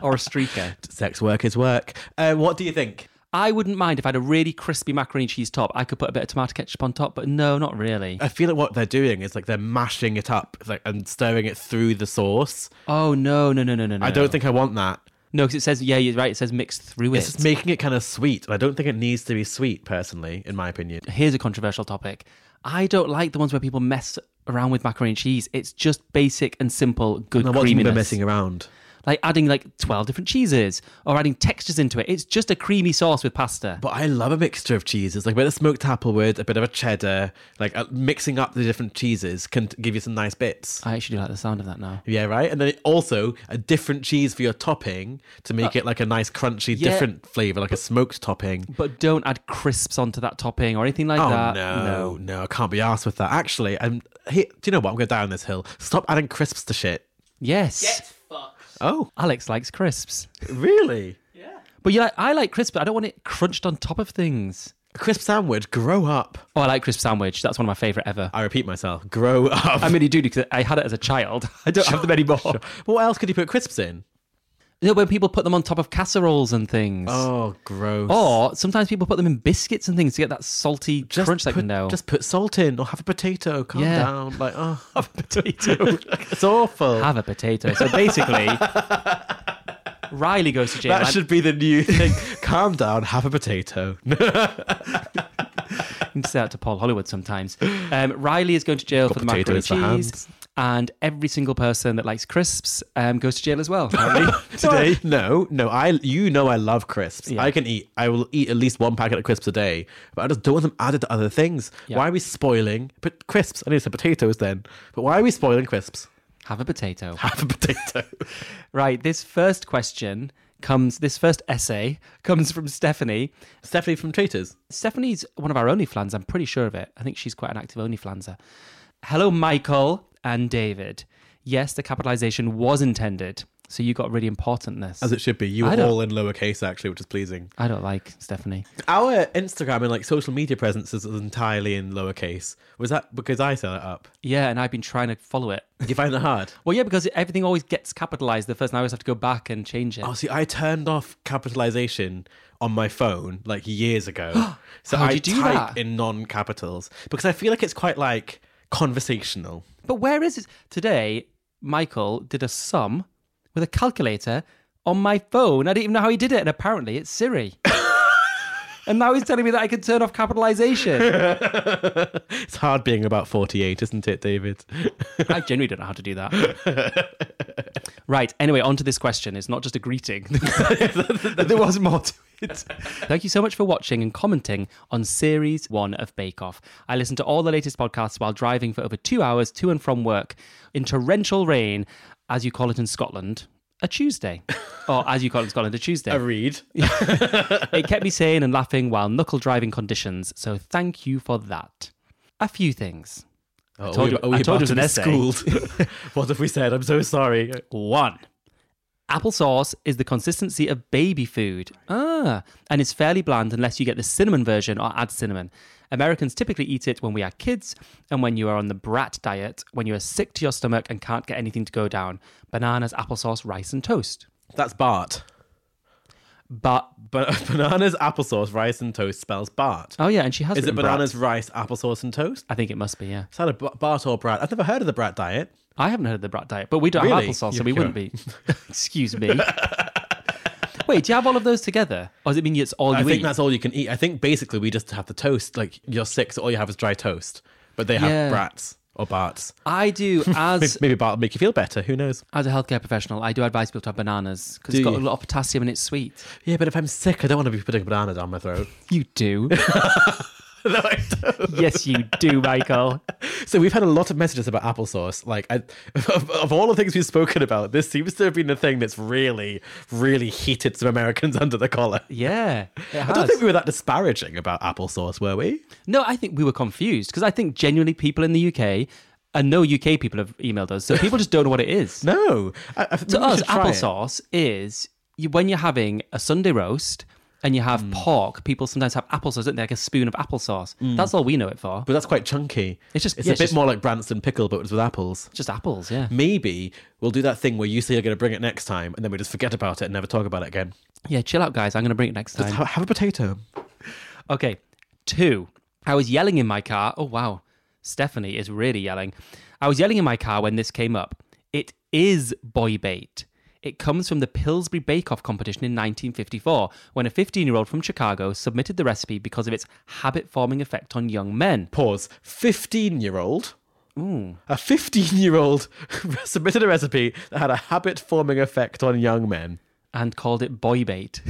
Speaker 2: or a streaker.
Speaker 1: Sex work is work. Uh, what do you think?
Speaker 2: I wouldn't mind if I had a really crispy macaroni and cheese top. I could put a bit of tomato ketchup on top, but no, not really.
Speaker 1: I feel like what they're doing is like they're mashing it up like, and stirring it through the sauce.
Speaker 2: Oh no, no, no, no, no.
Speaker 1: I
Speaker 2: no.
Speaker 1: don't think I want that.
Speaker 2: no, because it says yeah, you're right. It says mixed through
Speaker 1: It's
Speaker 2: it.
Speaker 1: just making it kind of sweet. and I don't think it needs to be sweet, personally, in my opinion.
Speaker 2: Here's a controversial topic. I don't like the ones where people mess around with macaroni and cheese. It's just basic and simple good
Speaker 1: Now, what do you mean by
Speaker 2: creaminess.
Speaker 1: messing around?
Speaker 2: Like adding like twelve different cheeses or adding textures into it. It's just a creamy sauce with pasta.
Speaker 1: But I love a mixture of cheeses, like a bit of smoked applewood, a bit of a cheddar. Like uh, mixing up the different cheeses can t- give you some nice bits.
Speaker 2: I actually do like the sound of that now.
Speaker 1: yeah, right. And then it also a different cheese for your topping to make it like a nice crunchy,
Speaker 2: Uh, yeah.
Speaker 1: different flavor, like a smoked topping.
Speaker 2: But don't add crisps onto that topping or anything like
Speaker 1: Oh
Speaker 2: that.
Speaker 1: no, no, I can't be arsed with that. Actually, I'm. Hey, do you know what? I'm going down this hill. Stop adding crisps to shit.
Speaker 2: Yes.
Speaker 1: Oh,
Speaker 2: Alex likes crisps.
Speaker 1: really?
Speaker 2: But yeah, I like crisp, but I don't want it crunched on top of things.
Speaker 1: A crisp sandwich. Grow up.
Speaker 2: Oh, I like crisp sandwich. That's one of my favorite ever.
Speaker 1: I repeat myself. Grow up.
Speaker 2: I really do because I had it as a child. I don't have them anymore.
Speaker 1: what else could you put crisps in?
Speaker 2: You know, when people put them on top of casseroles and things.
Speaker 1: Oh, gross.
Speaker 2: Or sometimes people put them in biscuits and things to get that salty
Speaker 1: just
Speaker 2: crunch.
Speaker 1: put,
Speaker 2: like no,
Speaker 1: Just put salt in or have a potato. Calm
Speaker 2: Yeah.
Speaker 1: down. Like, oh,
Speaker 2: have a potato.
Speaker 1: it's awful.
Speaker 2: have a potato. So basically, Riley goes to jail.
Speaker 1: that
Speaker 2: and-
Speaker 1: should be the new thing. Calm down. Have a potato.
Speaker 2: You can say that to Paul Hollywood sometimes. Um, Riley is going to jail for the macaroni and
Speaker 1: potatoes for
Speaker 2: cheese, and every single person that likes crisps um, goes to jail as well. apparently.
Speaker 1: Today, no, no. I, you know, I love crisps.
Speaker 2: Yeah.
Speaker 1: I can eat. I will eat at least one packet of crisps a day, but I just don't want them added to other things.
Speaker 2: Yeah.
Speaker 1: Why are we spoiling? But crisps. I need to say potatoes then. But why are we spoiling crisps?
Speaker 2: Have a potato.
Speaker 1: Have a potato.
Speaker 2: Right. This first question comes. This first essay comes from Stephanie.
Speaker 1: Stephanie from Traitors.
Speaker 2: Stephanie's one of our OnlyFlans, I'm pretty sure of it. I think she's quite an active OnlyFlanser. Hello, Michael and David. Yes, the capitalization was intended, so you got really important this.
Speaker 1: As it should be. You
Speaker 2: I
Speaker 1: were
Speaker 2: don't-
Speaker 1: all in lowercase, actually, which is pleasing.
Speaker 2: I don't like Stephanie.
Speaker 1: Our Instagram and like social media presence is entirely in lowercase. Was that because I set it up?
Speaker 2: Yeah, and I've been trying to follow it.
Speaker 1: Do you find that hard?
Speaker 2: Well, yeah, because everything always gets capitalized the first, and I always have to go back and change it.
Speaker 1: Oh, see, I turned off capitalization on my phone like years ago. so
Speaker 2: How'd
Speaker 1: I
Speaker 2: you do
Speaker 1: type
Speaker 2: that?
Speaker 1: in non capitals because I feel like it's quite like conversational.
Speaker 2: But where is it? Today, Michael did a sum with a calculator on my phone. I didn't even know how he did it, and apparently it's Siri. and now he's telling me that I can turn off capitalization.
Speaker 1: It's hard being about 48, isn't it, David?
Speaker 2: I genuinely don't know how to do that. right. Anyway, on to this question. It's not just a greeting. there was more to it. Thank you so much for watching and commenting on Series 1 of Bake Off. I listen to all the latest podcasts while driving for over two hours to and from work in torrential rain, as you call it in Scotland, a Tuesday. or as you call it in Scotland, a Tuesday.
Speaker 1: I read.
Speaker 2: It kept me sane and laughing while knuckle driving conditions, so thank you for that. A few things.
Speaker 1: Oh,
Speaker 2: told you- I told you it was an essay.
Speaker 1: schooled. what have we said? I'm so sorry.
Speaker 2: One, Applesauce is the consistency of baby food. Ah, and is fairly bland unless you get the cinnamon version or add cinnamon. Americans typically eat it when we are kids and when you are on the brat diet, when you are sick to your stomach and can't get anything to go down. Bananas, applesauce, rice, and toast.
Speaker 1: That's Bart.
Speaker 2: But,
Speaker 1: But bananas, applesauce, rice, and toast spells Bart.
Speaker 2: oh yeah, and she has
Speaker 1: Is it
Speaker 2: written brat.
Speaker 1: bananas, rice, applesauce, and toast?
Speaker 2: I think it must be, yeah.
Speaker 1: It's either B- Bart or Brat. I've never heard of the Brat diet.
Speaker 2: I haven't heard of the brat diet, but we don't have
Speaker 1: Really?
Speaker 2: applesauce, so
Speaker 1: You're
Speaker 2: we wouldn't be. Excuse me. Wait, do you have all of those together? Or does it mean it's all you
Speaker 1: I think
Speaker 2: eat?
Speaker 1: that's all you can eat. I think basically we just have the toast. Like you're sick, so all you have is dry toast. But they have
Speaker 2: Yeah.
Speaker 1: brats or barts.
Speaker 2: I do
Speaker 1: Maybe,
Speaker 2: as
Speaker 1: maybe Bart will make you feel better. Who knows?
Speaker 2: as a healthcare professional, I do advise people to have bananas because it's
Speaker 1: Do
Speaker 2: got a
Speaker 1: you?
Speaker 2: lot of potassium and it's sweet.
Speaker 1: Yeah, but if I'm sick, I don't want to be putting a banana down my throat.
Speaker 2: You do.
Speaker 1: No, I don't.
Speaker 2: yes, you do, Michael.
Speaker 1: So we've had a lot of messages about applesauce. Like, I, of, of all the things we've spoken about, this seems to have been the thing that's really, really heated some Americans under the collar.
Speaker 2: Yeah. it
Speaker 1: I don't
Speaker 2: has.
Speaker 1: think we were that disparaging about applesauce, were we?
Speaker 2: No, I think we were confused because I think genuinely people in the UK and no UK people have emailed us, so people just don't know what it is.
Speaker 1: No. I, I,
Speaker 2: to
Speaker 1: maybe we
Speaker 2: us,
Speaker 1: should try it.
Speaker 2: applesauce is you, when you're having a Sunday roast and you
Speaker 1: Mm.
Speaker 2: have pork. People sometimes have applesauce, don't they? Like a spoon of applesauce. That's all we know it for.
Speaker 1: Mm. But that's quite chunky.
Speaker 2: It's just-
Speaker 1: it's
Speaker 2: yeah,
Speaker 1: a
Speaker 2: it's
Speaker 1: bit
Speaker 2: just-
Speaker 1: more like Branston pickle, but it's with apples.
Speaker 2: just apples, yeah.
Speaker 1: Maybe we'll do that thing where you say you're going to bring it next time, and then we just forget about it and never talk about it again.
Speaker 2: Yeah, chill out, guys. I'm going to bring it next time.
Speaker 1: Just ha- have a potato.
Speaker 2: Okay, two. I was yelling in my car. Oh, wow. Stephanie is really yelling. I was yelling in my car when this came up. It is boy bait. It comes from the Pillsbury Bake Off competition in 1954 when a 15 year old from Chicago submitted the recipe because of its habit forming effect on young men.
Speaker 1: Pause. Fifteen-year-old. A fifteen-year-old submitted a recipe that had a habit-forming effect on young men.
Speaker 2: and called it boy bait.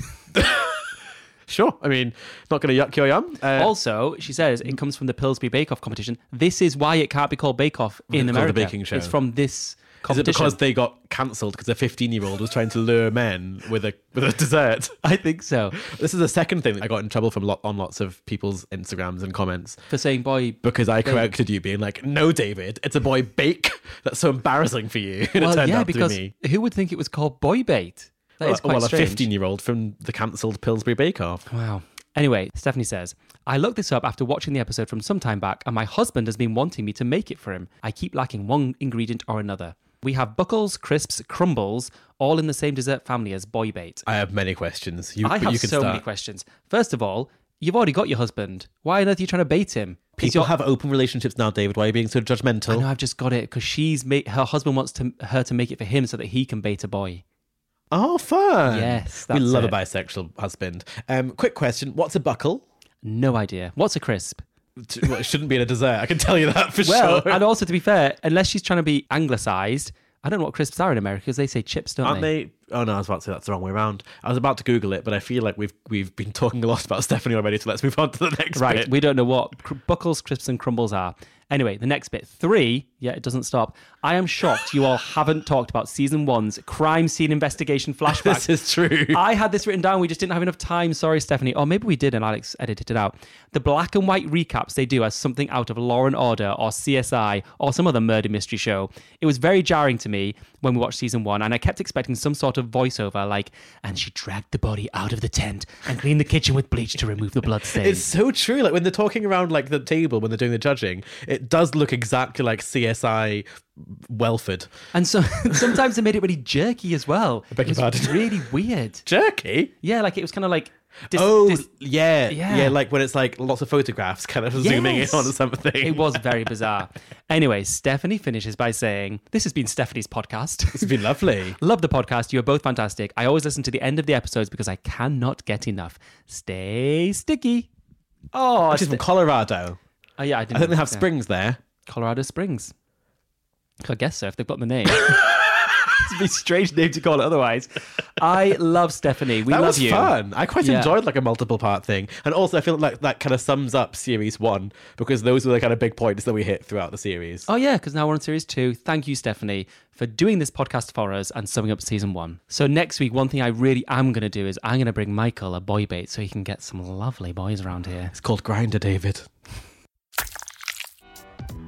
Speaker 1: Sure. I mean, not going to yuck your yum. Uh,
Speaker 2: also, she says it comes from the Pillsbury Bake Off competition. This is why it can't be called Bake Off in
Speaker 1: It's called the
Speaker 2: America.
Speaker 1: baking show.
Speaker 2: It's from
Speaker 1: is
Speaker 2: this
Speaker 1: it
Speaker 2: competition.
Speaker 1: because they got cancelled because a fifteen-year-old was trying to lure men with a with a dessert?
Speaker 2: I think so.
Speaker 1: This is the second thing that I got in trouble from lot, on lots of people's Instagrams and comments.
Speaker 2: For saying boy.
Speaker 1: because I corrected you, being like, "No, David, it's a boy bake. That's so embarrassing for you." And it
Speaker 2: Well,
Speaker 1: turned
Speaker 2: yeah,
Speaker 1: out
Speaker 2: because
Speaker 1: to be me.
Speaker 2: who would think it was called boy bait? That is
Speaker 1: well,
Speaker 2: quite
Speaker 1: well, a
Speaker 2: strange.
Speaker 1: fifteen-year-old from the cancelled Pillsbury Bake Off.
Speaker 2: Wow. Anyway, Stephanie says, I looked this up after watching the episode from some time back, and my husband has been wanting me to make it for him. I keep lacking one ingredient or another. We have buckles, crisps, crumbles, all in the same dessert family as boy bait.
Speaker 1: I have many questions. You,
Speaker 2: I
Speaker 1: but
Speaker 2: have
Speaker 1: you can
Speaker 2: so
Speaker 1: start.
Speaker 2: many questions. First of all, you've already got your husband. Why on earth are you trying to bait him? Is
Speaker 1: People
Speaker 2: your-
Speaker 1: have open relationships now, David. Why are you being so judgmental?
Speaker 2: I know I've just got it because she's made her husband wants to her to make it for him so that he can bait a boy.
Speaker 1: Oh, fun!
Speaker 2: Yes,
Speaker 1: we
Speaker 2: that's
Speaker 1: love
Speaker 2: it.
Speaker 1: a bisexual husband. Um, quick question: What's a buckle?
Speaker 2: No idea. What's a crisp?
Speaker 1: T- well, it shouldn't be in a dessert. I can tell you that for
Speaker 2: Well,
Speaker 1: sure.
Speaker 2: and also to be fair, unless she's trying to be anglicised, I don't know what crisps are in America because they say chips, don't
Speaker 1: Aren't they? Oh no, I was about to say that's the wrong way around. I was about to Google it, but I feel like we've we've been talking a lot about Stephanie already, so let's move on to the next
Speaker 2: Right.
Speaker 1: bit.
Speaker 2: We don't know what cr- buckles, crisps, and crumbles are. Anyway, the next bit three. Yeah, it doesn't stop. I am shocked you all haven't talked about season one's crime scene investigation flashback.
Speaker 1: this is true.
Speaker 2: I had this written down. We just didn't have enough time. Sorry, Stephanie. Or maybe we did, and Alex edited it out. The black and white recaps they do as something out of Law and Order or CSI or some other murder mystery show. It was very jarring to me when we watched season one, and I kept expecting some sort of voiceover like, "And she dragged the body out of the tent and cleaned the kitchen with bleach to remove the blood
Speaker 1: It's
Speaker 2: stains."
Speaker 1: so true. Like when they're talking around like the table when they're doing the judging, it does look exactly like CSI Welford.
Speaker 2: And so sometimes they made it really jerky as well. I
Speaker 1: beg
Speaker 2: it
Speaker 1: your
Speaker 2: was
Speaker 1: pardon.
Speaker 2: really weird.
Speaker 1: Jerky.
Speaker 2: Yeah, like it was kind of like. dis-
Speaker 1: oh
Speaker 2: dis-
Speaker 1: yeah,
Speaker 2: yeah.
Speaker 1: yeah, Like when it's like lots of photographs, kind of zooming in
Speaker 2: Yes.
Speaker 1: on something.
Speaker 2: It was very bizarre. anyway, Stephanie finishes by saying, This has been Stephanie's podcast.
Speaker 1: It's been lovely.
Speaker 2: Love the podcast. You are both fantastic. I always listen to the end of the episodes because I cannot get enough. Stay sticky. Oh,
Speaker 1: She's from
Speaker 2: st-
Speaker 1: Colorado.
Speaker 2: oh yeah, I,
Speaker 1: I
Speaker 2: didn't
Speaker 1: think they have
Speaker 2: yeah.
Speaker 1: springs there.
Speaker 2: Colorado Springs. I guess so, if they've got the name. It'd be a strange name to call it otherwise. I love Stephanie. We
Speaker 1: that
Speaker 2: love
Speaker 1: was
Speaker 2: you.
Speaker 1: fun. I quite
Speaker 2: Yeah.
Speaker 1: enjoyed like a multiple part thing, and also I feel like that kind of sums up series one because those were the kind of big points that we hit throughout the series.
Speaker 2: Oh, yeah, because now we're on series two. Thank you, Stephanie, for doing this podcast for us and summing up season one. So, next week, one thing I really am going to do is I'm going to bring Michael a boy bait so he can get some lovely boys around here.
Speaker 1: It's called Grinder, David.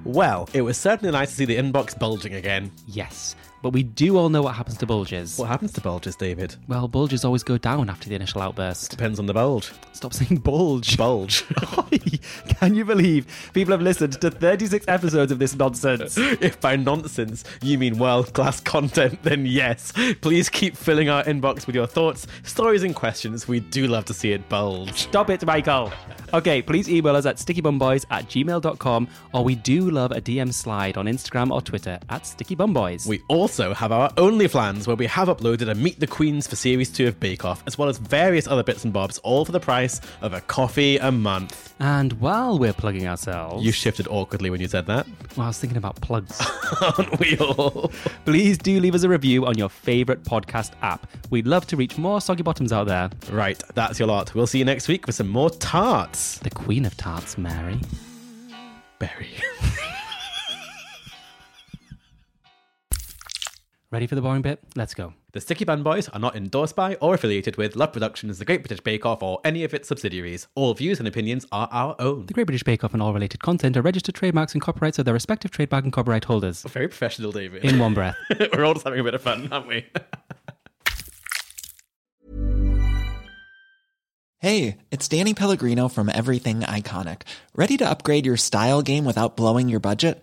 Speaker 1: Well, it was certainly nice to see the inbox bulging again.
Speaker 2: Yes. But we do all know what happens to bulges.
Speaker 1: What happens to bulges, David?
Speaker 2: Well, bulges always go down after the initial outburst.
Speaker 1: Depends on the bulge.
Speaker 2: Stop saying bulge.
Speaker 1: Bulge.
Speaker 2: Can you believe people have listened to 36 episodes of this nonsense?
Speaker 1: if by nonsense you mean world class content, then yes. Please keep filling our inbox with your thoughts, stories, and questions. We do love to see it bulge.
Speaker 2: Stop it, Michael. Okay, please email us at stickybumboys at gmail.com or we do love a DM slide on Instagram or Twitter at stickybumboys.
Speaker 1: We also have our OnlyFans, where we have uploaded a Meet the Queens for Series 2 of Bake Off, as well as various other bits and bobs, all for the price of a coffee a month.
Speaker 2: and while we're plugging ourselves,
Speaker 1: You shifted awkwardly when you said that,
Speaker 2: well, I was thinking about plugs.
Speaker 1: aren't we all?
Speaker 2: please do leave us a review on your favourite podcast app. We'd love to reach more soggy bottoms out there.
Speaker 1: Right, that's your lot. We'll see you next week with some more tarts.
Speaker 2: The Queen of Tarts, Mary.
Speaker 1: Berry.
Speaker 2: Ready for the boring bit? Let's go.
Speaker 1: The Sticky Band Boys are not endorsed by or affiliated with Love Productions, The Great British Bake Off, or any of its subsidiaries. All views and opinions are our own.
Speaker 2: The Great British Bake Off and all related content are registered trademarks and copyrights of their respective trademark and copyright holders.
Speaker 1: Very professional, David.
Speaker 2: In one breath.
Speaker 1: We're all just having a bit of fun, aren't we?
Speaker 4: Hey, it's Danny Pellegrino from Everything Iconic. Ready to upgrade your style game without blowing your budget?